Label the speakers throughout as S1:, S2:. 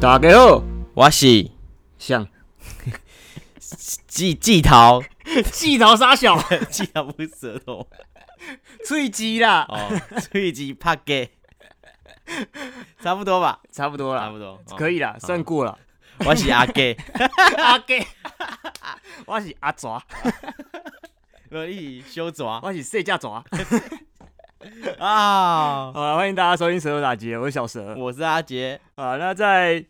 S1: 大家好，
S2: 我是
S1: 像
S2: 季季 桃，
S1: 气头傻小，
S2: 季桃不是舌头
S1: 脆鸡啦，
S2: 哦，吹鸡 怕给，差不多吧，哦
S1: 差不多
S2: 差
S1: 啦
S2: 不，多，
S1: 可
S2: 以。
S1: 以啦，算过了。
S2: 我是 阿 给，
S1: 阿给， 我是阿蛇，
S2: 我是修爪
S1: 我是世界蛇。好
S2: 啊，
S1: 了，欢迎大家收听《舌头打劫》，我是小蛇。
S2: 我是阿杰，
S1: 啊，那在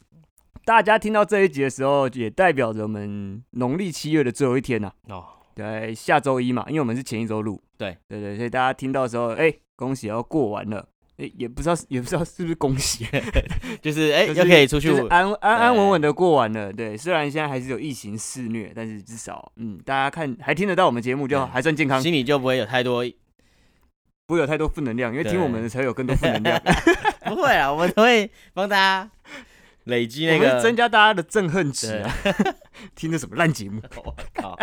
S1: 大家听到这一集的时候，也代表着我们农历七月的最后一天呐、
S2: 哦，
S1: 对，下周一嘛，因为我们是前一周录，
S2: 对
S1: 对对，所以大家听到的时候，哎、恭喜要过完了，哎、也不知道也不知道是不是恭喜，啊
S2: 就是哎，
S1: 就是
S2: 又可以出去
S1: 就是安安安稳
S2: 对
S1: 稳的过完了。对，虽然现在还是有疫情肆虐，但是至少嗯，大家看还听得到我们节目就好
S2: 对
S1: 还算健康，
S2: 心里就不会有太多，
S1: 不会有太多负能量，因为听我们的才有更多负能 量，
S2: 不会啊，我们都会帮大家累积那
S1: 我们
S2: 个
S1: 增加大家的憎恨值啊。 听的什么烂节目？
S2: 我靠！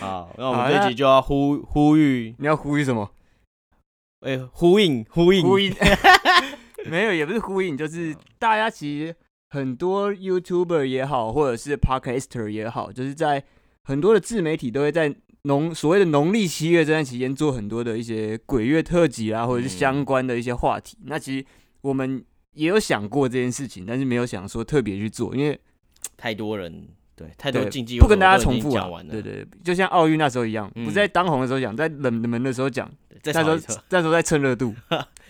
S2: 好，那我们这一集就要呼呼吁，
S1: 你要呼吁什么？
S2: 哎、呼应呼应
S1: 呼应？ 没有，也不是呼应，就是
S2: 啊
S1: 大家其实很多 YouTuber 也好，或者是 Podcaster 也好，就是在很多的自媒体都会在农所谓的农历七月这段期间做很多的一些鬼月特辑
S2: 嗯
S1: 啊，或者是相关的一些话题。那其实我们也有想过这件事情，但是没有想说特别去做，因为
S2: 太多人，对，太多
S1: 对
S2: 禁忌
S1: 不跟大家重复
S2: 讲
S1: 啊
S2: 完。了，
S1: 对对，对就像奥运那时候一样，不是
S2: 嗯
S1: 在当红的时候讲，在冷门的时候讲，
S2: 再
S1: 那时
S2: 吵
S1: 候
S2: 一次。
S1: 那时候在蹭热 度，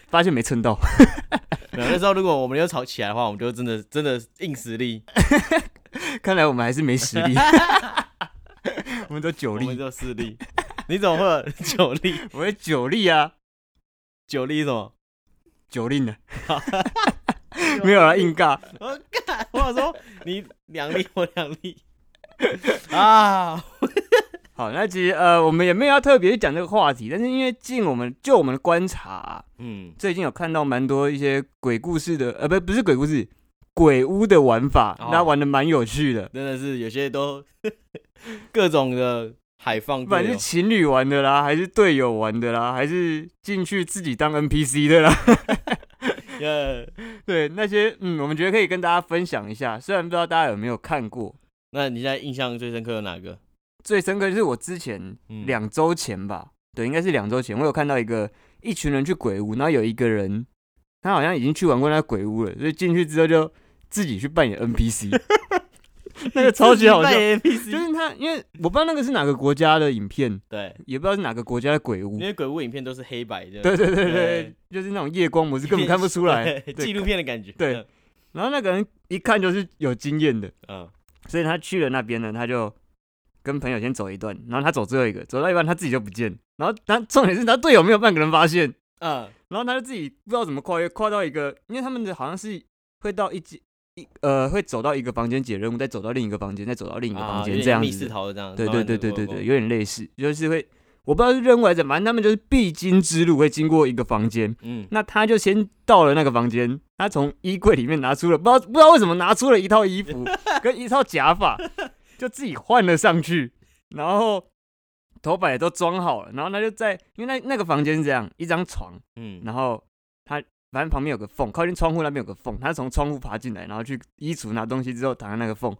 S1: 发现没蹭到。
S2: 没有，那时候如果我们又吵起来的话，我们就真的真的硬实力，
S1: 看来我们还是没实 力，我们都九
S2: 我
S1: 力
S2: 们，就势力。你怎么会 有九力？
S1: 我也九力啊，
S2: 九力是什么？
S1: 九力呢？没有啦，硬尬。
S2: 我干！我想说你两力，我两 力啊！
S1: 好，那其实呃，我们也没有要特别讲这个话题，但是因为近我们就我们的观察啊、
S2: 嗯，
S1: 最近有看到蛮多一些鬼故事的，呃，不不是鬼故事，鬼屋的玩法，
S2: 哦
S1: 那、玩的蛮有趣的，
S2: 真的是有些都 各种的海放
S1: 不管
S2: 队
S1: 是
S2: 友，
S1: 情侣玩的啦，还是队友玩的啦，还是进去自己当 NPC 的啦。
S2: 呃，
S1: 对，那些嗯，我们觉得可以跟大家分享一下，虽然不知道大家有没有看过，
S2: 那你现在印象最深刻有哪个？
S1: 最深刻就是我之前
S2: 嗯，
S1: 两周前吧，对，应该是两周前，我有看到一个一群人去鬼屋，然后有一个人他好像已经去玩过那个鬼屋了，所以进去之后就自己去扮演 NPC，那个超级好 笑。
S2: NPC，
S1: 就是他，因为我不知道那个是哪个国家的影片，
S2: 对，
S1: 也不知道是哪个国家的鬼屋
S2: 因。为鬼屋影片都是黑白 的，
S1: 对对对对，
S2: 对
S1: 就是那种夜光模式，根本看不出来。
S2: 对
S1: 对
S2: 纪录片的感觉。
S1: 对然后那个人一看就是有经验的，
S2: 嗯，
S1: 所以他去了那边呢，他就跟朋友先走一段，然后他走最后一个，走到一半他自己就不见了，然后他重点是他队友没有半个人发现，
S2: 嗯
S1: 然后他就自己不知道怎么跨越，跨到一个，因为他们的好像是会到一间一呃会走到一个房间解任务，再走到另一个房间，再走到另一
S2: 嗯，
S1: 个
S2: 啊
S1: 房
S2: 有
S1: 间、
S2: 点
S1: 这样
S2: 密室
S1: 子。
S2: 逃的这样。
S1: 对
S2: 慢
S1: 对
S2: 慢
S1: 对
S2: 地
S1: 对对
S2: 过
S1: 对，有点类似，就是会我不知道是任务还是怎么，反正他们就是必经之路会经过一个房间，
S2: 嗯，
S1: 那他就先到了那个房间，他从衣柜里面拿出了不知道不知道为什么拿出了一套衣服跟一套假发，就自己换了上去，然后头发也都装好了，然后他就在因为那那个房间是这样一张床，
S2: 嗯，
S1: 然后他反正旁边有个缝，靠近窗户那边有个缝，他从窗户爬进来，然后去衣橱拿东西之后躺在那个缝，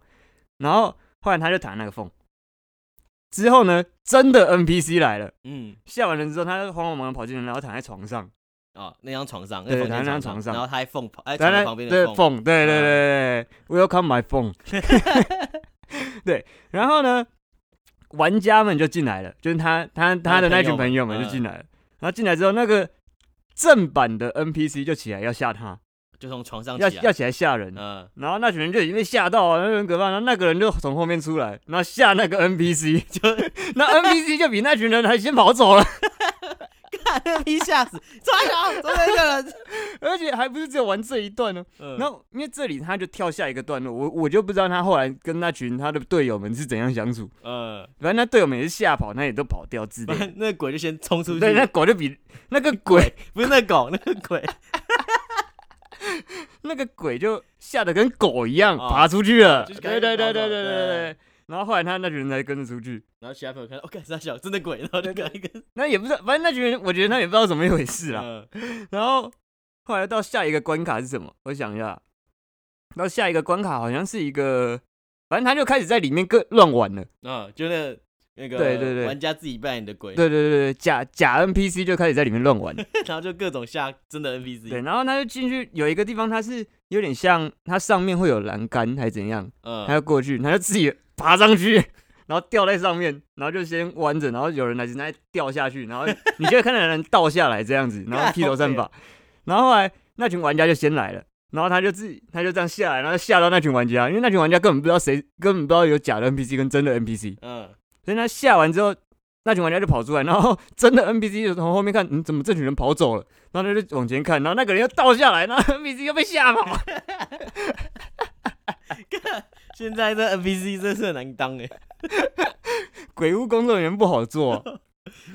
S1: 然后后来他就躺在那个缝。之后呢，真的 NPC 来了，
S2: 嗯
S1: 下完人之后，他就慌慌忙忙跑进来，然后躺在床上，
S2: 啊，那张床上，
S1: 对
S2: 那房
S1: 躺在那张
S2: 间
S1: 床
S2: 床
S1: 上
S2: 然后他还缝，哎，
S1: 躺
S2: 床
S1: 在
S2: 旁边
S1: 对
S2: 的缝，啊
S1: 缝，对对对对对，Welcome my phone。对，然后呢，玩家们就进来了，就是他他他的那群朋友们
S2: 嗯
S1: 就进来了，然后进来之后，那个正版的 NPC 就起来要吓他，
S2: 就从床上
S1: 要
S2: 起
S1: 要
S2: 来。
S1: 起来吓人，
S2: 嗯，
S1: 然后那群人就已经被吓到啊，那很可怕。然后那个人就从后面出来，然后吓那个 NPC，就 那 NPC 就比那群人还先跑走了，
S2: 一下子，抓小，抓一个人。
S1: 而且还不是只有玩这一段哦呢。
S2: 嗯
S1: 然后因为这里他就跳下一个段落，我我就不知道他后来跟那群他的队友们是怎样相处。
S2: 嗯，
S1: 反正那队友们也是吓跑，那也都跑掉之类 的。
S2: 那鬼就先冲出去，
S1: 对，那狗就 比那个鬼，
S2: 不是那狗，那 个 鬼，
S1: 那个鬼就吓得跟狗一样
S2: 哦
S1: 爬出去了。
S2: 就是感
S1: 对对
S2: 觉
S1: 对对
S2: 跑
S1: 对
S2: 走
S1: 对对对。然后后来他那群人才跟着出去，
S2: 然后其他朋友看到，哦，干啥小，真的鬼，然后就跟一个，
S1: 那也不是，反正那群人我觉得他也不知道怎么一回事啦。
S2: 嗯
S1: 然后后来到下一个关卡是什么？我想一下，到下一个关卡好像是一个，反正他就开始在里面各乱玩了。
S2: 嗯，就那个那个
S1: 对对对
S2: 玩家自己扮演的鬼，
S1: 对对对对，假假 NPC 就开始在里面乱玩。
S2: 然后就各种吓真的 NPC，
S1: 对，然后他就进去有一个地方，它是有点像它上面会有栏杆还是怎样，
S2: 嗯
S1: 他，就过去，他就自己爬上去，然后吊在上面，然后就先弯着，然后有人来直接掉下去，然后你就会看到有人倒下来这样子，然后披头散发，然后后来那群玩家就先来了。然后他就自己，他就这样下来，然后吓到那群玩家，因为那群玩家根本不知道谁，根本不知道有假的 NPC 跟真的 NPC，
S2: 嗯，
S1: 所以他吓完之后，那群玩家就跑出来，然后 真的 NPC 就从后面看，嗯，怎么这群人跑走了？然后他就往前看，然后那个人又倒下来，然后 NPC 又被吓跑。
S2: 现在这 NPC 真是很难当哎，
S1: 鬼屋工作人员不好做，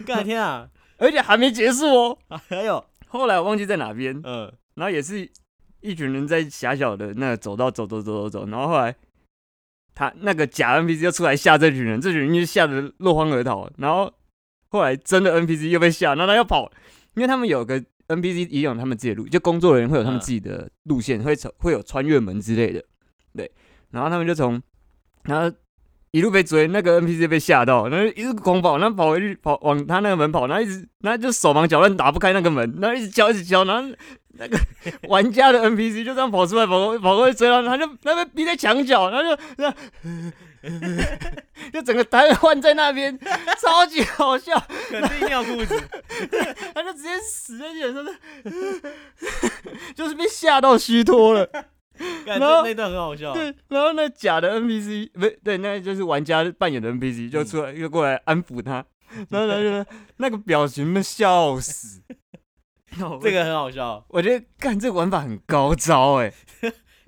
S2: 干天啊，
S1: 而且还没结束哦。
S2: 还有，
S1: 后来我忘记在哪边，
S2: 嗯
S1: 然后也是一群人在狭小的那个走道走走走走走，然后后来他那个假 NPC 就出来吓这群人，这群人就吓得落荒而逃，然后后来真的 NPC 又被吓，然后他又跑，因为他们有个 NPC 也有他们自己的路，就工作人员会有他们
S2: 嗯
S1: 自己的路线，会从会有穿越门之类的，对，然后他们就从然后。一路被追，那个 NPC 被吓到，然后一直狂跑，然后跑回去，跑往他那个门跑，然后一直，然后就手忙脚乱打不开那个门，然后一直敲，一直敲，然后那个玩家的 NPC 就这样跑出来，跑过跑过去追到他，就那边逼在墙角，然后就 那就整个瘫痪在那边， 超级好笑，
S2: 肯定尿裤 子，
S1: 他就直接死在地板上， 就是被吓到虚脱了。然
S2: 感
S1: 后
S2: 觉那段很好笑，
S1: 对，然后那假的 NPC 不是对，那就是玩家扮演的
S2: 嗯
S1: NPC 就出来又过来安抚他，然后他就那个表情们笑死。
S2: 这个很好笑，
S1: 我觉得干这个玩法很高招哎、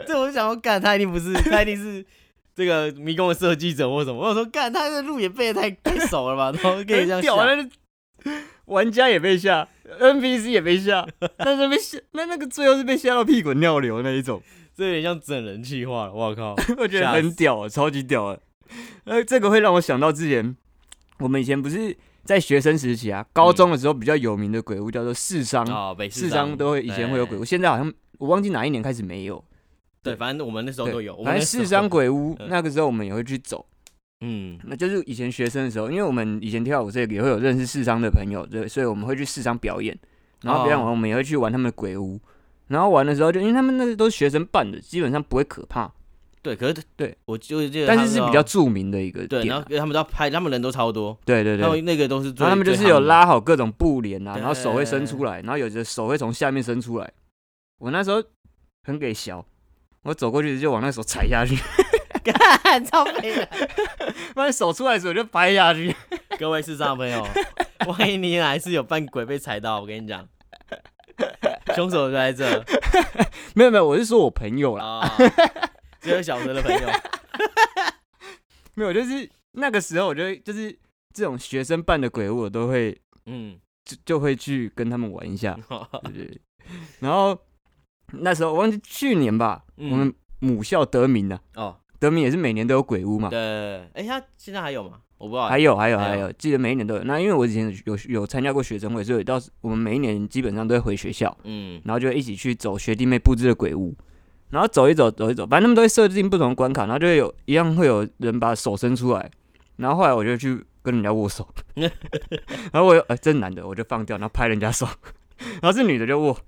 S2: 这我就想要干，他一定不 是，他一定是。这个迷宫的设计者或什么，我想说干他的路也背得太太熟了吧，然后可以这样
S1: 屌啊！
S2: 笑
S1: 那玩家也被吓，NPC 也被吓， 但是被吓，那那个最后是被吓到屁滚尿流那一种，
S2: 这有点像整人气话了，我靠！
S1: 我觉得
S2: 吓
S1: 很
S2: 死
S1: 屌啊，超级屌啊！呃，这个会让我想到之前我们以前不是在学生时期啊，高中的时候比较有名的鬼屋叫做四商，
S2: 哦，哎北
S1: 四
S2: 市
S1: 商都会以前会有鬼屋，现在好像我忘记哪一年开始没有。
S2: 对，对，反正我们那时候
S1: 对
S2: 都有。我们
S1: 反正
S2: 那时候
S1: 四商，鬼屋
S2: 嗯
S1: 那个时候我们也会去走，
S2: 嗯，
S1: 那就是以前学生的时候，因为我们以前跳舞，所以也会有认识市商的朋友，对，所以我们会去市商表演，然后表演完
S2: 哦
S1: 我们也会去玩他们的鬼屋，然后玩的时候就因为他们那个都是学生办的，基本上不会可怕，
S2: 对，可是
S1: 对，
S2: 我就记得他
S1: 但
S2: 们
S1: 是是
S2: 要
S1: 比较著名的一个
S2: 对，
S1: 点
S2: 然
S1: 啊、
S2: 后他们都要拍，他们人都超多，
S1: 对对
S2: 他
S1: 对。
S2: 们那个都是最，
S1: 然后他们就
S2: 最
S1: 是有
S2: 夯的，
S1: 拉好各种布帘啊，
S2: 对
S1: 然后手会伸出来，然后有的手会从下面伸出来。我那时候很给小，我走过去就往那手踩下去，
S2: 干超肥的。
S1: 不然手出来的时候我就拍下去。
S2: 各位市商的朋 友，万一你也还是有扮鬼被踩到，我跟你讲，凶手就 在这
S1: 没有没有，我是说我朋友啦，
S2: 啊，只有小蛇的 朋友，
S1: 没有，就是那个时候，我就会就是这种学生办的鬼屋，我都会
S2: 嗯，哦
S1: 就就会去跟他们玩一下，对不对？然后那时候我忘记去年吧，
S2: 嗯
S1: 我们母校德明啊，
S2: 哦，
S1: 德明也是每年都有鬼屋嘛，
S2: 对，哎，他现在还有吗？我不知道，
S1: 啊还有还有
S2: 还有
S1: 还有，记得每一年都有。那因为我以前有有有参加过学生会，所以到时我们每一年基本上都会回学校，
S2: 嗯，
S1: 然后就一起去走学弟妹布置的鬼屋，然后走一走走一走，反正他们都会设定不同的关卡，然后就会有一样会有人把手伸出来，然后后来我就去跟人家握手，然后我有呃这是男的我就放掉，然后拍人家手，然后是女的就握，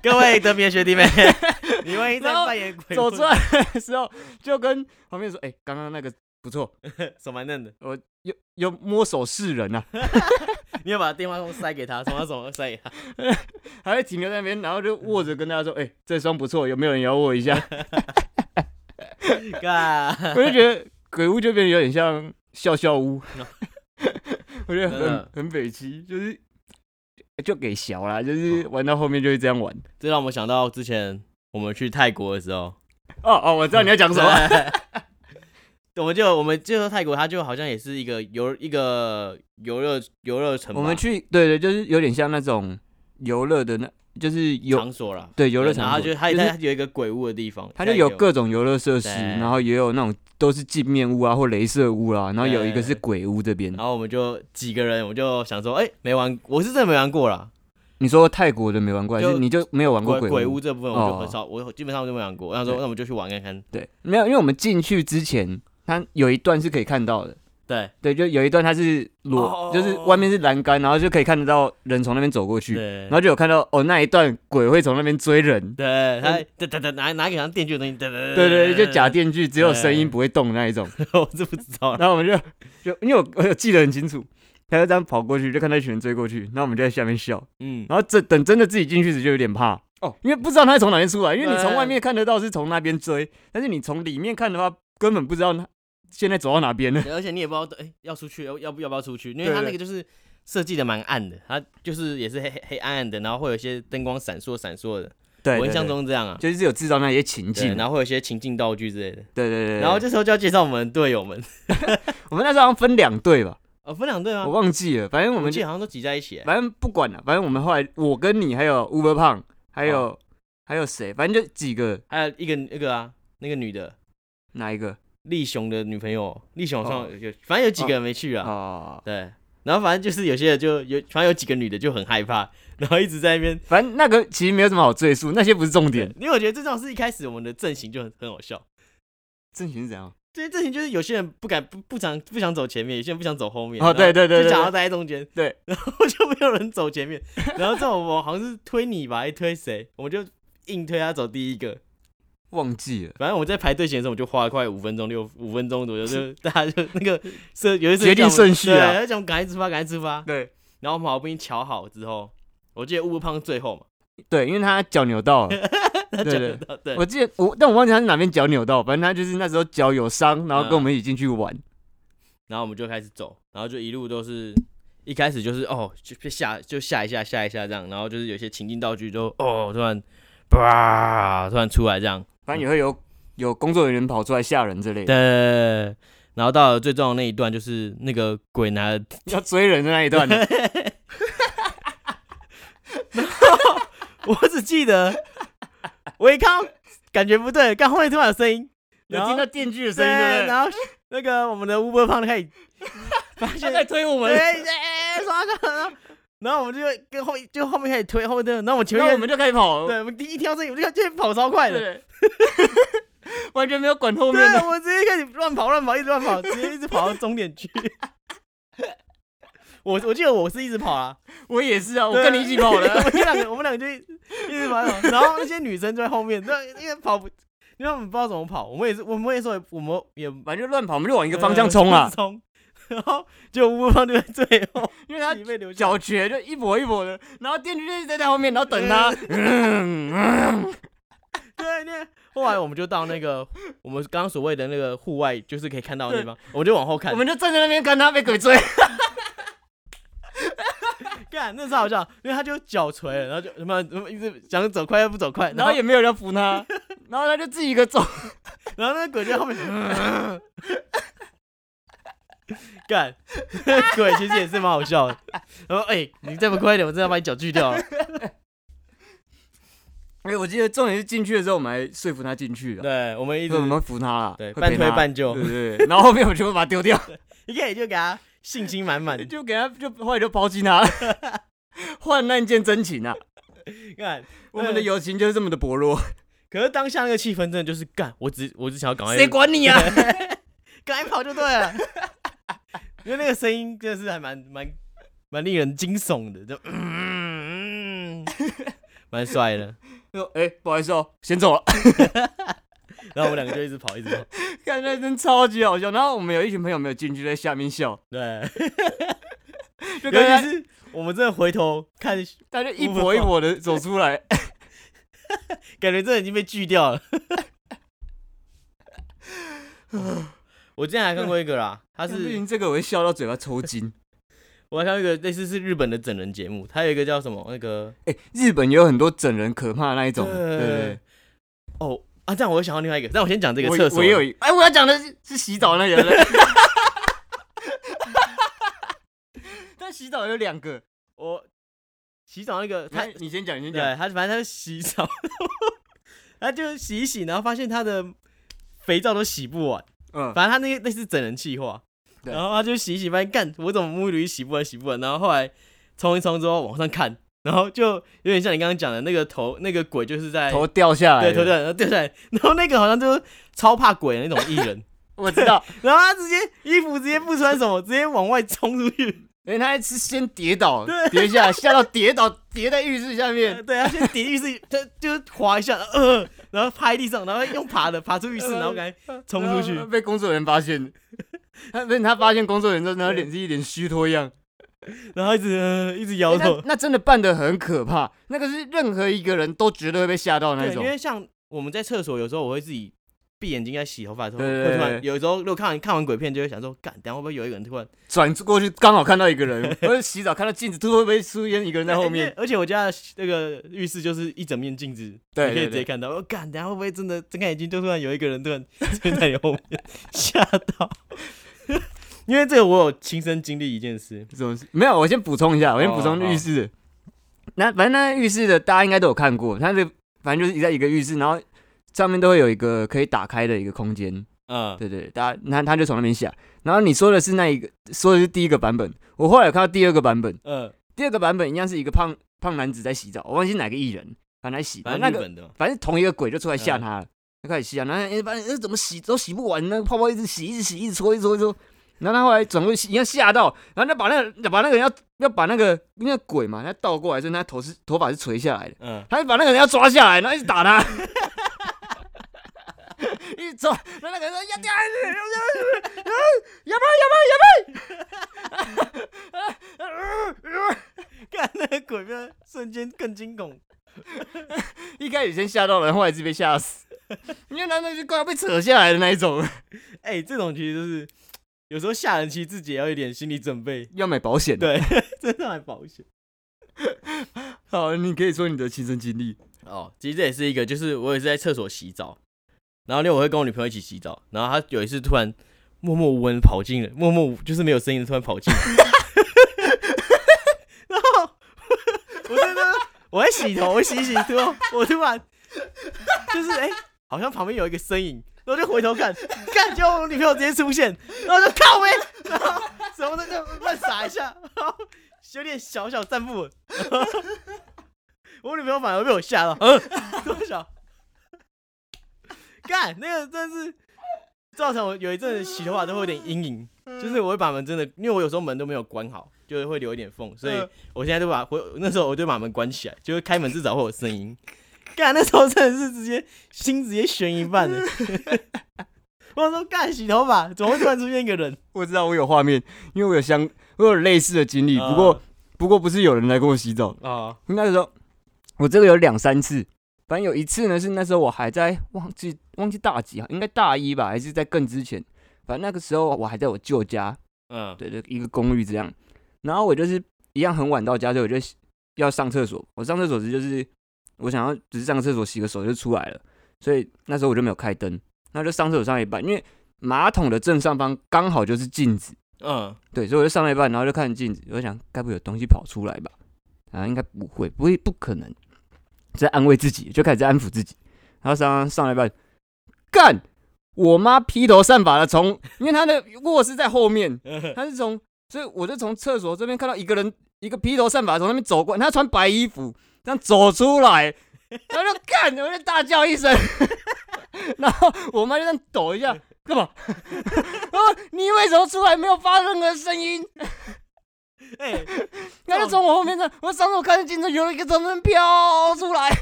S2: 各位德明的学 弟妹，你万一在
S1: 然后
S2: 扮演鬼
S1: 走
S2: 屋
S1: 出来的时候就跟旁边说，哎、刚刚那个不错，
S2: 手蛮嫩的，
S1: 又又摸手示人啊，
S2: 你要把电话筒塞给他，从他手上塞给他。
S1: 还会停留在那边，然后就握着跟大家说，哎、这双不错，有没有人要握一下？
S2: 干，
S1: 我就觉得鬼屋这边有点像笑笑屋， 我觉得
S2: 真
S1: 很
S2: 的
S1: 很北齐，就是就给小
S2: 哦
S1: 啦，就是玩到后面就会这样玩。
S2: 这让我们想到之前我们去泰国的时候，
S1: 哦哦，我知道你要讲什
S2: 嗯
S1: 么，
S2: 我们就我们就说泰国，它就好像也是一个游一个游乐游乐城吧，
S1: 我们去对对，就是有点像那种游乐的那，就是游
S2: 场所啦，
S1: 对游乐
S2: 对然
S1: 场
S2: 后
S1: 所，
S2: 就它
S1: 就
S2: 它
S1: 是
S2: 有一个鬼屋的地方，
S1: 它就
S2: 它
S1: 有各种游乐设施，
S2: 对
S1: 然后也有那种都是镜面屋啊或镭射屋啦、然后有一个是
S2: 对
S1: 鬼屋这边
S2: 然。后我们就几个人，我就想说，哎、没玩，我是真的没玩过啦。
S1: 你说泰国的没玩过，还
S2: 就是
S1: 你就没有玩过
S2: 鬼
S1: 鬼
S2: 鬼屋这部分我就很
S1: 哦
S2: 少，我基本上就没玩过。那时候
S1: 对
S2: 那我们就去玩看看。
S1: 对，没有，因为我们进去之前，它有一段是可以看到的。
S2: 对
S1: 对，就有一段它是裸，
S2: 哦
S1: 就是外面是栏杆，然后就可以看得到人从那边走过去，
S2: 对
S1: 然后就有看到哦那一段鬼会从那边追人，
S2: 对，他哒哒哒拿拿给他电锯的东西，哒哒哒，
S1: 对对对，就假
S2: 电，
S1: 电锯，只有声音
S2: 对
S1: 不会动那一种。
S2: 我是不知道了。
S1: 然后我们就就因为我 我有记得很清楚，他就这样跑过去，就看到一群人追过去，然后我们就在下面笑。
S2: 嗯，
S1: 然后这等真的自己进去时就有点怕
S2: 哦，
S1: 因为不知道他是从哪边出来，因为你从
S2: 对
S1: 外面看得到是从那边追，但是你从里面看的话，根本不知道他现在走到哪边了。
S2: 对而且你也不知道，哎，要出去要要不要不要出去？因为
S1: 对
S2: 他
S1: 对
S2: 那个就是设计的蛮暗的，他就是也是黑黑黑暗暗的，然后会有一些灯光闪烁闪烁的。
S1: 对，
S2: 我
S1: 对
S2: 印象
S1: 对
S2: 中这样啊。
S1: 就是有制造那些情
S2: 对，
S1: 境，
S2: 然后会有一些情境道具之类的。
S1: 对对对。
S2: 然后这时候就要介绍我们队友们，
S1: 我们那时候好像分两队吧，
S2: 哦，分两队吗
S1: 我？忘记了，反正我
S2: 我
S1: 们
S2: 记
S1: 就
S2: 得好像都挤在一起欸。
S1: 反正不管了，反正我们后来我跟你还有 Uber 胖，还
S2: 哦
S1: 有还有谁，反正就几个
S2: 还有一个那个啊，那个女的，
S1: 哪一个
S2: 立雄的女朋友，立雄好
S1: 哦
S2: 像有，反正有几个人没去啊。
S1: 哦，
S2: 对，然后反正就是有些人就有，反正有几个女的就很害怕，然后一直在那边
S1: 反正那个其实没有什么好赘述，那些不是重点。
S2: 因为我觉得这种是一开始我们的阵型就很很好笑。
S1: 正形是怎样？
S2: 这阵型就是有些人不敢不不想不想走前面，有些人不想走后面。
S1: 哦
S2: 然后
S1: 对对对对
S2: 就想
S1: 对
S2: 要待在中间。
S1: 对，
S2: 然后就没有人走前面，然后这种我好像是推你吧，还推谁？我们就硬推他走第一个。
S1: 忘记了，
S2: 反正我在排队前的时候，我就花了快五分钟六五分钟左右， 就大家就那个设有一次
S1: 决定
S2: 叫我们
S1: 顺序啊
S2: 对，他讲我们赶快出发，赶快出发。
S1: 对
S2: 然后我们好不容易瞧好之后，我记得乌胖最后嘛，
S1: 对，因为他脚扭到了，
S2: 他
S1: 对
S2: 讲
S1: 对
S2: 到对，
S1: 我记得我，但我忘记他是哪边脚扭到，反正他就是那时候脚有伤，然后跟我们一起进去玩。
S2: 嗯然后我们就开始走，然后就一路都是一开始就是哦，就就下就下一下下一下这样，然后就是有些情境道具就哦突然叭突然出来这样，
S1: 反正也会有有工作人员跑出来吓人之类的，
S2: 对，然后到了最重要的那一段就是那个鬼拿了
S1: 要追人的那一段。
S2: 我只记得我一看到感觉不对，刚后面突然有声音，
S1: 有
S2: 然后
S1: 听到电锯的声音，对
S2: 对，
S1: 不
S2: 然后那个我们的乌波胖 开始发
S1: 对？
S2: 现
S1: 他在推我们
S2: 对，哎哎哎，刷刷，然后然后我们就跟后就后面开始推后面推，然后我前
S1: 然后
S2: 面
S1: 我们就开始跑了。
S2: 对，我们第一听到这里，我们就就跑超快的，
S1: 对， 啊完全没有管后
S2: 对
S1: 面的。，
S2: 我直接开始乱跑乱跑，一直乱跑，直接一直跑到终点去。 我我记得我是一直跑啊，
S1: 我也是啊，我
S2: 对
S1: 跟你一起跑
S2: 我
S1: 的。
S2: 们两个我们两个就一一直跑，然后那些女生就在后面，那因为跑不，因为我们不知道怎么跑，我们也是我们也说我们也呃
S1: 反正就乱跑，我们就往一个方向冲啊，
S2: 冲，然后就乌方就在最后，
S1: 因为他
S2: 你被留下，
S1: 脚瘸就一跛一跛的，然后电锯就一直在他后面，然后等他。嗯嗯
S2: 对对。后来我们就到那个我们刚刚所谓的那个户外，就是可以看到的地方，我们就往后看
S1: 嗯我，们就站在那边看他被鬼 追。
S2: 干，那超好笑，因为他就脚垂了，然后就什么一直想走快又不走快，
S1: 然
S2: 然
S1: 后
S2: 后
S1: 也没有人扶 他，然后他就自己一个走。
S2: 然后那个鬼就在后面，嗯干，鬼其实也是蛮好笑的。然后哎、你再不快一点，我真的要把你脚锯掉了。
S1: 哎，我记得重点是进去的时候，我们还说服他进去了，
S2: 对，我们一
S1: 因
S2: 直
S1: 为我们扶他了，
S2: 对
S1: 会
S2: 半
S1: 陪
S2: 推
S1: 他
S2: 半就
S1: 对，对对。然后后面我们全部把他 丢掉，
S2: 一开始就给他信心满满。
S1: 就给他就后来就抛弃他了， 患难见真情啊！
S2: 干，
S1: 我们的友情就是这么的薄弱，
S2: 可是当下那个气氛真的就是干，我只我只想要赶 快
S1: 谁管你啊？
S2: 赶快跑就对了。因为那个声音真的是还蛮蛮蛮令人惊悚的，就嗯，嗯蛮帅的。
S1: 说哎、不好意思哦，先走了。
S2: 然后我们两个就一直跑，一直跑。
S1: 看那真超级好笑。然后我们有一群朋友没有进去，在下面 笑，
S2: 对，
S1: 就
S2: 尤
S1: 感
S2: 其
S1: 觉
S2: 是我们真的回头看，
S1: 他就一跛一跛的走出来，
S2: 感觉真的已经被锯掉了。 我之前还看过一个啦， 他
S1: 但毕
S2: 是
S1: 竟这个我会笑到嘴巴抽筋。
S2: 我还看过一个类似是日本的整人节目，它有一个叫什么那个
S1: 哎、日本也有很多整人可怕的那一种，
S2: 对
S1: 对对
S2: 哦啊，这样我又想到另外一个，让我先讲这
S1: 对。
S2: 个
S1: 我
S2: 厕所
S1: 我
S2: 的。
S1: 也有一，哎、我要讲的是是洗澡那 个。 但洗澡有两个，
S2: 我洗澡那个他
S1: 他你先讲，你先讲。
S2: 对他反正他就洗澡， 他就洗一洗，然后发现他的肥皂都洗不完，
S1: 嗯，
S2: 反正他那个那是整人气话，
S1: 对
S2: 然后他就洗一洗，发现干我怎么沐浴露也洗不完洗不完，然后后来冲一冲之后往上看，然后就有点像你刚刚讲的那个头，那个鬼就是在
S1: 头掉下来，
S2: 对头，掉，然后掉下来，然后那个好像就是超怕鬼的那种艺人，
S1: 我知道，
S2: 然后他直接衣服直接不穿什么，直接往外冲出去，
S1: 哎，他还是先跌倒
S2: 对，
S1: 跌下来，吓到跌倒，跌在浴室下面，
S2: 对，他先叠浴室，他就是滑一下，呃，然后趴在地上，然后用爬的爬出浴室，然后赶紧 冲出去
S1: 然后，被工作人员发现。 他被他发现工作人员之后，然后脸是一脸虚脱一样。
S2: 然后一直、呃、一直摇
S1: 欸
S2: 头
S1: 那。那真的扮的很可怕，那个是任何一个人都绝对会被吓到的那
S2: 对，
S1: 一
S2: 因
S1: 种。
S2: 为像我们在厕所有时候我会自己闭眼睛在洗头发的时候，
S1: 对对
S2: 会突然
S1: 对
S2: 有时候如果看完看完鬼片就会想说，干，等一下会不会有一个人突然
S1: 转过去刚好看到一个人， 或者洗澡看到镜子，突然会不会出现一个人在后面？
S2: 哎 因为而且我家的那个浴室就是一整面镜子，
S1: 对
S2: 你可
S1: 对
S2: 以直接
S1: 对
S2: 看到。我干，等一下会不会真的睁开眼睛就突然有一个人突然 出现在你后面，吓到。 因为这个我有亲身经历一件事，
S1: 什么事？没有，我先补充一下，我先补充
S2: 哦好
S1: 浴室的。那反正那浴室的大家应该都有看过，它的反正就是在一个浴室，然后上面都会有一个可以打开的一个空间。
S2: 嗯，
S1: 对对，大家那他就从那边下。然后你说的是那一个，说的是第一个版本，我后来有看到第二个版本，
S2: 嗯，
S1: 第二个版本一样是一个胖胖男子在洗澡，我忘记哪个艺人，反正在洗，
S2: 反
S1: 那
S2: 正
S1: 个
S2: 日本的嘛，
S1: 反正同一个鬼就出来吓
S2: 嗯
S1: 他了，就开始吸啊，然后哎，反正哎怎么洗都洗不完，那个泡泡一直洗，一直洗，一直搓，一直搓，一直搓。然后他后来转过去，一样吓到，然后他把那个把那个人要要把那个那个鬼嘛，他倒过来，所以他头是头发是垂下来的，
S2: 嗯，
S1: 他就把那个人要抓下来，然后一直打 他，一直抓，然后那个人说要掉下去，要不要，要不要，要不要，
S2: 看那个鬼片瞬间更惊恐，
S1: 一开始先吓到人，后来自己被吓 死，因为他那是快要被扯下来的那一种。
S2: 哎、这种其实就是有时候吓人，其实自己也要有一点心理准备，
S1: 要买保险的。
S2: 对， 真的还保险。
S1: 好，你可以说你的亲身经历。
S2: 哦，其实这也是一个，就是我也是在厕所洗澡，然后因为我会跟我女朋友一起洗澡，然后她有一次突然默默无闻跑进了，默默无就是没有声音的突然跑进来， 然后我真的我在洗头，我洗一洗之后，我突然就是哎、好像旁边有一个身影，然后就回头看，看结果我女朋友直接出现，然后就靠呗，然后什么的就乱撒一下，然后有点小小站不稳。然后我女朋友反而被我吓到，嗯， 多少？干，那个真是造成我有一阵子洗头发都会有点阴影，
S1: 嗯
S2: 就是我会把门真的，因为我有时候门都没有关好，就是会留一点缝，所以
S1: 嗯
S2: 我现在都把我那时候我就把门关起来，就是开门至少会有声音。干，那时候真的是直接心直接悬一半的。 我说干洗头发，怎么会突然出现一个人？
S1: 我知道我有画面，因为我有相，我有类似的经历。不过，不过不是有人来跟我洗澡，
S2: 啊，
S1: 应该是说，我这个有两三次。反正有一次呢，是那时候我还在忘记忘记大几，应该大一吧，还是在更之前。反正那个时候我还在我舅家，
S2: 嗯，
S1: 对对，一个公寓这样。然后我就是一样很晚到家，所以我就要上厕所。我上厕所时就是我想要只是上个厕所洗个手就出来了，所以那时候我就没有开灯，那就上厕所上一半，因为马桶的正上方刚好就是镜子，
S2: 嗯，
S1: 对，所以我就上了一半，然后就看镜子，我就想该不会有东西跑出来吧？啊，应该不会，不会，不可能。在安慰自己，就开始在安抚自己。然后上上了一半，干！我妈披头散发的从，因为她的卧室在后面，她是从，所以我就从厕所这边看到一个人，一个披头散发地从那边走过来，她穿白衣服这样走出来，然后就干，我就大叫一声， 然后我妈就这样抖一下，干嘛？ 啊，你为什么出来没有发任何声音？
S2: 哎、
S1: 他就从我后面的，我上次我看见镜子有一个从那边飘出来，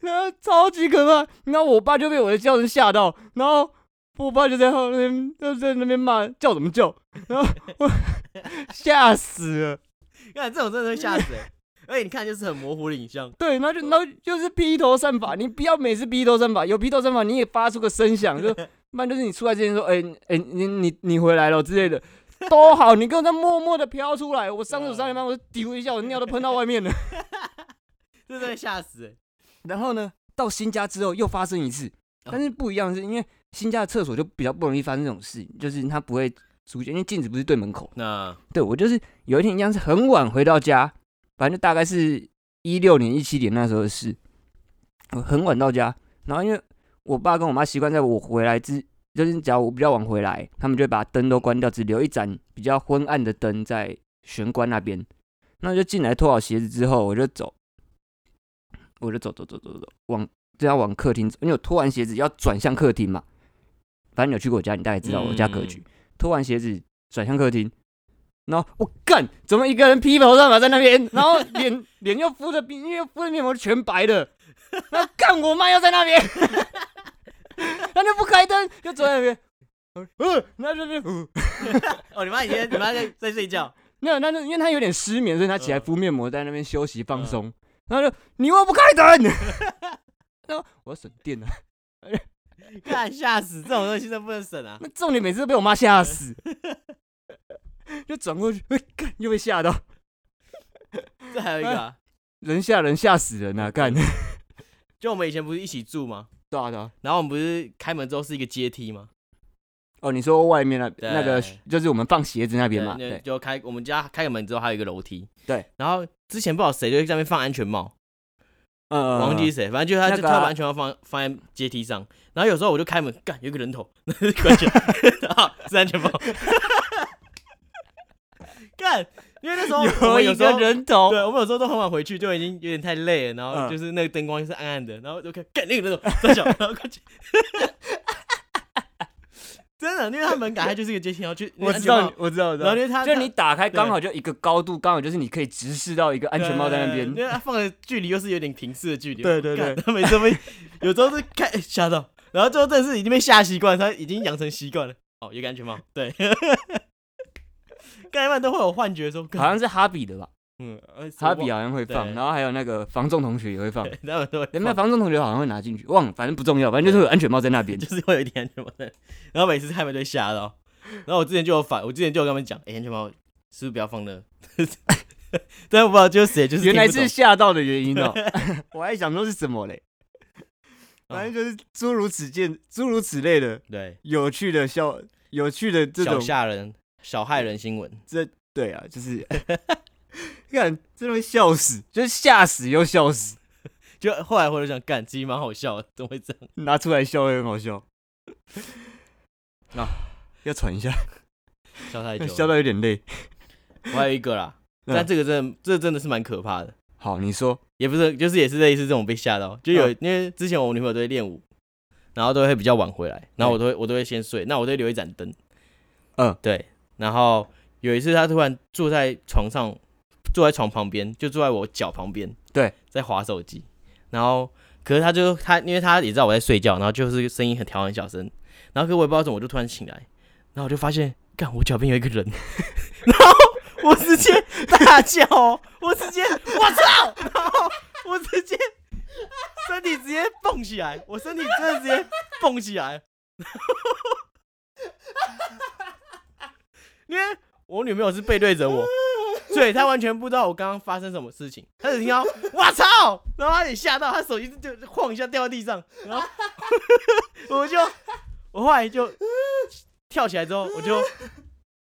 S1: 然后超级可怕。然后我爸就被我的叫声吓到，然后我爸就在后面就在那边骂叫什么叫， 然后我吓死了。
S2: 看这种真的会吓死、欸，而且你看就是很模糊的影像，
S1: 对，然后就然后就是披头散发，你不要每次披头散发，有披头散发你也发出个声响，就慢就是你出来之前说，哎、哎、你你你回来了之类的。都好，你给我在默默的飘出来。我上厕所上一半，我就丢一下，我尿都喷到外面了。
S2: 这真的吓死、欸。
S1: 然后呢，到新家之后又发生一次，
S2: 哦
S1: 但是不一样的是，因为新家的厕所就比较不容易发生这种事，就是它不会出现，因为镜子不是对门口。
S2: 那
S1: 对我就是有一天一样是很晚回到家，反正就大概是一六年、一七年那时候的事，我很晚到家，然后因为我爸跟我妈习惯在我回来之。就是只要我比较晚回来，他们就会把灯都关掉，只留一盏比较昏暗的灯在玄关那边。那就进来脱好鞋子之后，我就走，我就走走走走走，往就要往客厅走，因为我脱完鞋子要转向客厅嘛。反正你有去过我家，你大概知道我家格局。脱完鞋子转向客厅，然后我干，怎么一个人披头散发在那边，然后脸 脸又敷着冰，因为又敷着面膜全白的，然后干我妈又在那边， 他就不开灯，就坐在那边，嗯，那就就。呃
S2: 哦，你妈以前你妈在在睡觉，
S1: 没有，那那因为他有点失眠，所以他起来
S2: 嗯
S1: 敷面膜，在那边休息放
S2: 嗯
S1: 松。然后就你为什么不开灯？ 然后我要省电了。
S2: 看吓死，这种东西真的不 能省啊！
S1: 那重点每次都被我妈吓 死，就转过去，哎干又被吓到，
S2: 这还有一个、啊，
S1: 人吓人吓死人啊！干，对
S2: 就我们以前不是一起住吗？
S1: 啊对啊。
S2: 然后我们不是开门之后是一个阶梯吗？
S1: 哦，你说外面那
S2: 对
S1: 那个就是我们放鞋子那边嘛？
S2: 对那
S1: 对，
S2: 就开我们家开个门之后还有一个楼梯。
S1: 对，
S2: 然后之前不知道谁就在那边放安全帽，
S1: 呃，
S2: 忘记谁，反正就是他
S1: 那
S2: 就
S1: 个
S2: 他
S1: 啊
S2: 把安全帽放放在阶梯上。然后有时候我就开门，干有一个人头， 关起来，啊是安全帽。 干，因为那时候我
S1: 有
S2: 们有
S1: 一
S2: 时候
S1: 个人头，
S2: 对，我们有时候都很晚回去，就已经有点太累了，然后
S1: 哦嗯
S2: 就是那个灯光就是暗暗的，然后就看干那个人 头三小，然后过去。真的，因为他门打开就是一个阶梯，然后去
S1: 我知道，我知道，我知
S2: 然后
S1: 道
S2: 因。为他
S1: 就
S2: 他
S1: 你打开
S2: 对
S1: 刚好就一个高度，刚好就是你可以直视到一个安全帽在那边
S2: 对。因为他放的距离又是有点平视的距离。
S1: 对对
S2: 干
S1: 对
S2: 他每次会有时候是看吓到，然后最后真的是已经被吓习惯，他已经养成习惯了。哦，有个安全帽，对。 盖曼都会有幻觉说，干
S1: 好像啊是哈比的吧？
S2: 嗯，呃
S1: 哈比，好像会放，
S2: 对
S1: 然后还有那个防仲同学也会放，
S2: 对他们都会
S1: 有
S2: 放
S1: 没有防仲同学好像会拿进去，忘了，反正不重要，反正就是有安全帽在那边。
S2: 就是会有一点安全帽在，然后每次开门都会吓到。然后我之前就有反，我之前就有跟他们讲，哎、安全帽是不是不要放了？ 但我不知道就是谁，就是
S1: 原来
S2: 听不懂嗯
S1: 是吓到的原因哦， 我还想说是什么嘞，
S2: 哦
S1: 反正就是诸如此件、诸如此类的
S2: 对
S1: 有趣的笑、有趣的这
S2: 小
S1: 种，
S2: 吓人、小害人新闻。
S1: 对啊，就是 看真的会笑死，就是吓死又笑死，
S2: 就后来回头想，干，其实蛮好笑的，怎么会 这样？
S1: 拿出来笑也很好笑。 啊，要喘一下，
S2: 笑太久了。
S1: 笑到有点累。
S2: 我还有一个啦，
S1: 嗯
S2: 但这个真的，这真的是蛮可怕的，
S1: 好，你说，
S2: 也不是，就是也是类似这种被吓到，就有、
S1: 嗯
S2: 因为之前我女朋友都会练舞，然后都会比较晚回来，然后我都会我都会先睡，那我都会留一盏灯，
S1: 嗯，
S2: 对，然后有一次她突然坐在床上，坐在床旁边，就坐在我脚旁边，
S1: 对，
S2: 在划手机，然后可是她就她因为她也知道我在睡觉，然后就是声音很调很小声，然后可我也不知道怎么，我就突然醒来，然后我就发现，干我脚边有一个人， 然后我直接大叫哦，我直接我操，然后我直接身体直接蹦起来，我身体真的直接蹦起来，因为我女朋友是背对着我。所以她完全不知道我刚刚发生什么事情，她只听到“我操”，然后她也吓到，她手机就就晃一下掉到地上，然后 我就我后来就跳起来之后，我就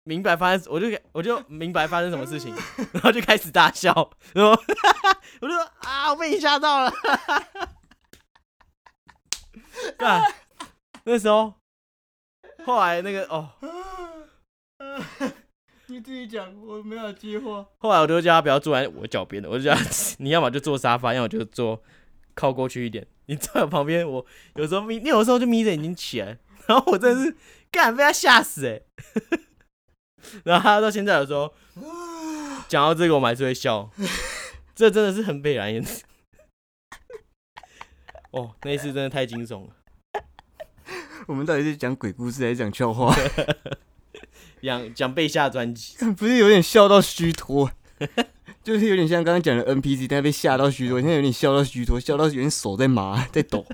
S2: 明白发生，我就我就明白发生什么事情，然后就开始大笑，然后我就说啊，我被你吓到了。干，那时候，后来那个哦，
S1: 你自己讲，我没有接话。
S2: 后来我就叫他不要坐在我脚边的，我就叫他 你要么就坐沙发，要么就坐靠过去一点。你坐在旁边，我有时候眯，你有时候就眯着眼睛起来，然后我真的是干被他吓死哎、 然后他到现在有时候
S1: 啊
S2: 讲到这个，我们还是会笑，这真的是很被然言。哦，那一次真的太惊悚了，
S1: 我们到底是讲鬼故事还是讲笑话？
S2: 讲讲被吓专辑，
S1: 不是有点笑到虚脱， 就是有点像刚刚讲的 NPC，但被吓到虚脱，
S2: 嗯
S1: 现在有点笑到虚脱，笑到有点手在麻 在抖。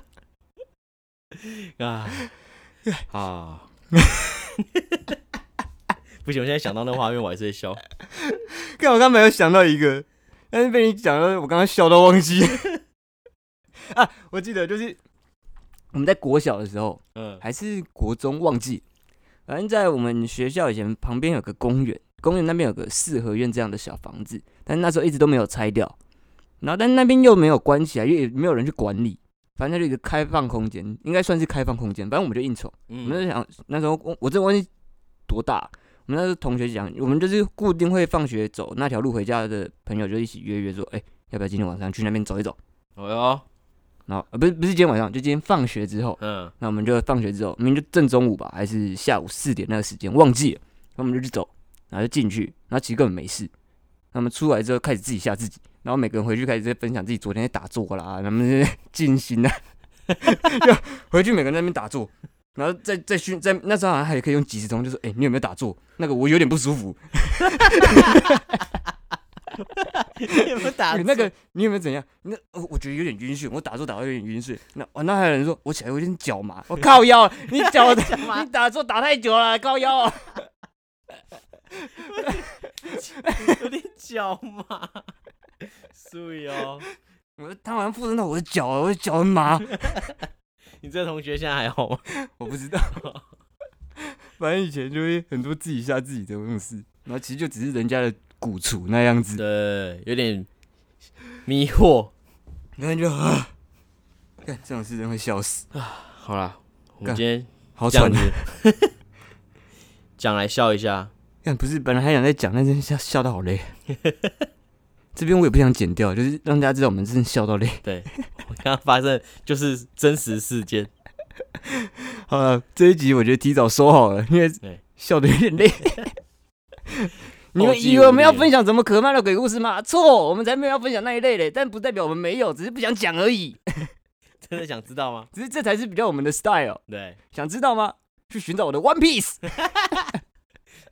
S2: 啊啊！ 不行，我现在想到那画面，我还是会笑。
S1: 看我刚没有想到一个，但是被你讲到，我刚刚笑到忘记。 啊，我记得就是我们在国小的时候，
S2: 嗯，
S1: 还是国中忘记，反正在我们学校以前旁边有个公园，公园那边有个四合院这样的小房子，但那时候一直都没有拆掉，然后但那边又没有关起来，因为也没有人去管理，反正它就一个开放空间，应该算是开放空间，反正我们就硬闯，我
S2: 嗯
S1: 们就想那时候我我真的忘记多大，我们那时候同学讲，我们就是固定会放学走那条路回家的朋友就一起约约说，哎、要不要今天晚上去那边走一走？
S2: 哦哟，
S1: 然后呃不是不是今天晚上，就今天放学之后，
S2: 嗯，
S1: 那我们就放学之后，明明就正中午吧，还是下午四点那个时间忘记了，那我们就去走，然后就进去，然后其实根本没事。那我们出来之后开始自己吓自己，然后每个人回去开始在分享自己昨天在打坐啦，他们在静心啊， 就回去每个人在那边打坐，然后再再训在那时候好像还可以用即时通，就说哎、欸你有没有打坐？那个我有点不舒服，
S2: 你 有没有打
S1: 那个你有没有怎样？那呃我觉得有点晕眩，我打坐打到有点晕眩。那哦，那还有人说我起来有点脚麻，我靠腰啊，你脚
S2: 麻
S1: 你打坐打太久了，靠腰啊。
S2: 有点脚麻，所以哦，
S1: 我他好像附身到我的脚啊了，我的脚很 麻。
S2: 你这同学现在还好吗？
S1: 我不知道， 反正以前就会很多自己吓自己的那种事，然后其实就只是人家的鼓槌那样子，
S2: 对，有点迷惑。
S1: 然后你就啊，干这种事真会笑死，
S2: 好啦，我们
S1: 干
S2: 今天
S1: 好
S2: 这样
S1: 蠢
S2: 子
S1: 啊！
S2: 讲来笑一下，
S1: 干不是，本来还想再讲，但是笑笑到好 累。这边我也不想剪掉，就是让大家知道我们真的笑到累。
S2: 对我刚刚发生就是真实事件，
S1: 好了，这一集我觉得提早收好了，因为
S2: 对
S1: 笑的有点 累。你
S2: 后
S1: 们
S2: 继
S1: 以
S2: 无
S1: 为我们要
S2: 力
S1: 分享什么可怕的鬼故事吗？错，我们才没有要分享那一类的，但不代表我们没有，只是不想讲而已。
S2: 真的想知道吗？
S1: 只是这才是比较我们的 style。
S2: 对，
S1: 想知道吗？去寻找我的 One Piece，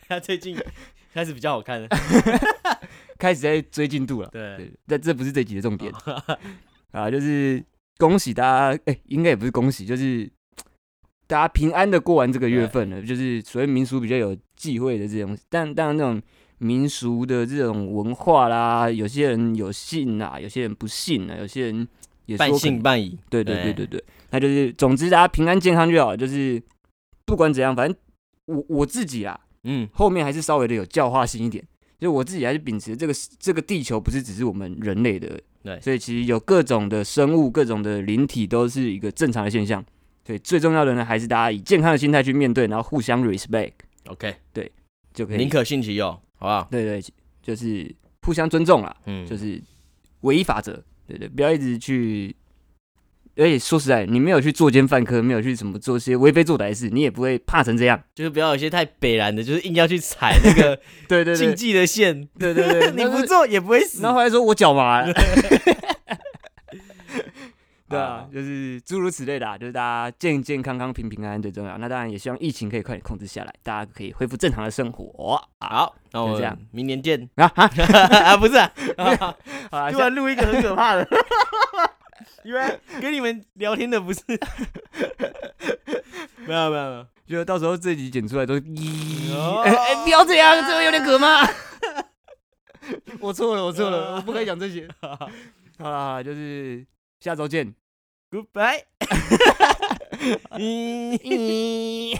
S2: 他最近开始比较好看了，
S1: 开始在追进度了。
S2: 对，哦
S1: 对，但这不是这集的重点 啊，就是恭喜大家，哎、应该也不是恭喜，就是大家平安的过完这个月份了。就是所谓民俗比较有忌讳的这种，但当然那种民俗的这种文化啦，有些人有信啊，有些人不信啊，有些人也说
S2: 半
S1: 可能
S2: 信半疑，
S1: 对对对对
S2: 对
S1: 对，那就是总之大家平安健康就好，就是不管怎样，反正我我自己啊，
S2: 嗯，
S1: 后面还是稍微的有教化性一点，就我自己还是秉持这个这个地球不是只是我们人类的，
S2: 对
S1: 所以其实有各种的生物、各种的灵体都是一个正常的现象，所以最重要的呢，还是大家以健康的心态去面对，然后互相 respect
S2: ，OK，
S1: 就可
S2: 宁
S1: 以，
S2: 可信其有，好不好？
S1: 对对，就是互相尊重啦。
S2: 嗯，
S1: 就是唯一法则，对对，不要一直去。而且说实在，你没有去作奸犯科，没有去什么做些为非作歹的事，你也不会怕成这样。
S2: 就是不要有些太北然的，就是硬要去踩那个
S1: 对 对
S2: 禁
S1: 对
S2: 忌的线，
S1: 对对对，
S2: 你
S1: 然后
S2: 不做也不会死
S1: 然。后还说我脚麻 了，对啊
S2: 啊，
S1: 就是诸如此类的、啊，就是大家健健康康、平平安安最重要。那当然也希望疫情可以快点控制下来，大家可以恢复正常的生活啊
S2: 好，那我
S1: 就这样
S2: 们明年见
S1: 啊啊！
S2: 啊！不 是啊，啊
S1: 好啦
S2: 突
S1: 下
S2: 然录一个很可怕的， 因为跟你们聊天的不是， 没有没有没有，
S1: 就到时候这集剪出来都是咦，
S2: 哦
S1: 哎、哎不要这样，这个有点可怕。 我错了，我错了， 我不该讲这些。好啦，好啦，就是下周见。
S2: Goodbye 。嗯
S1: 咦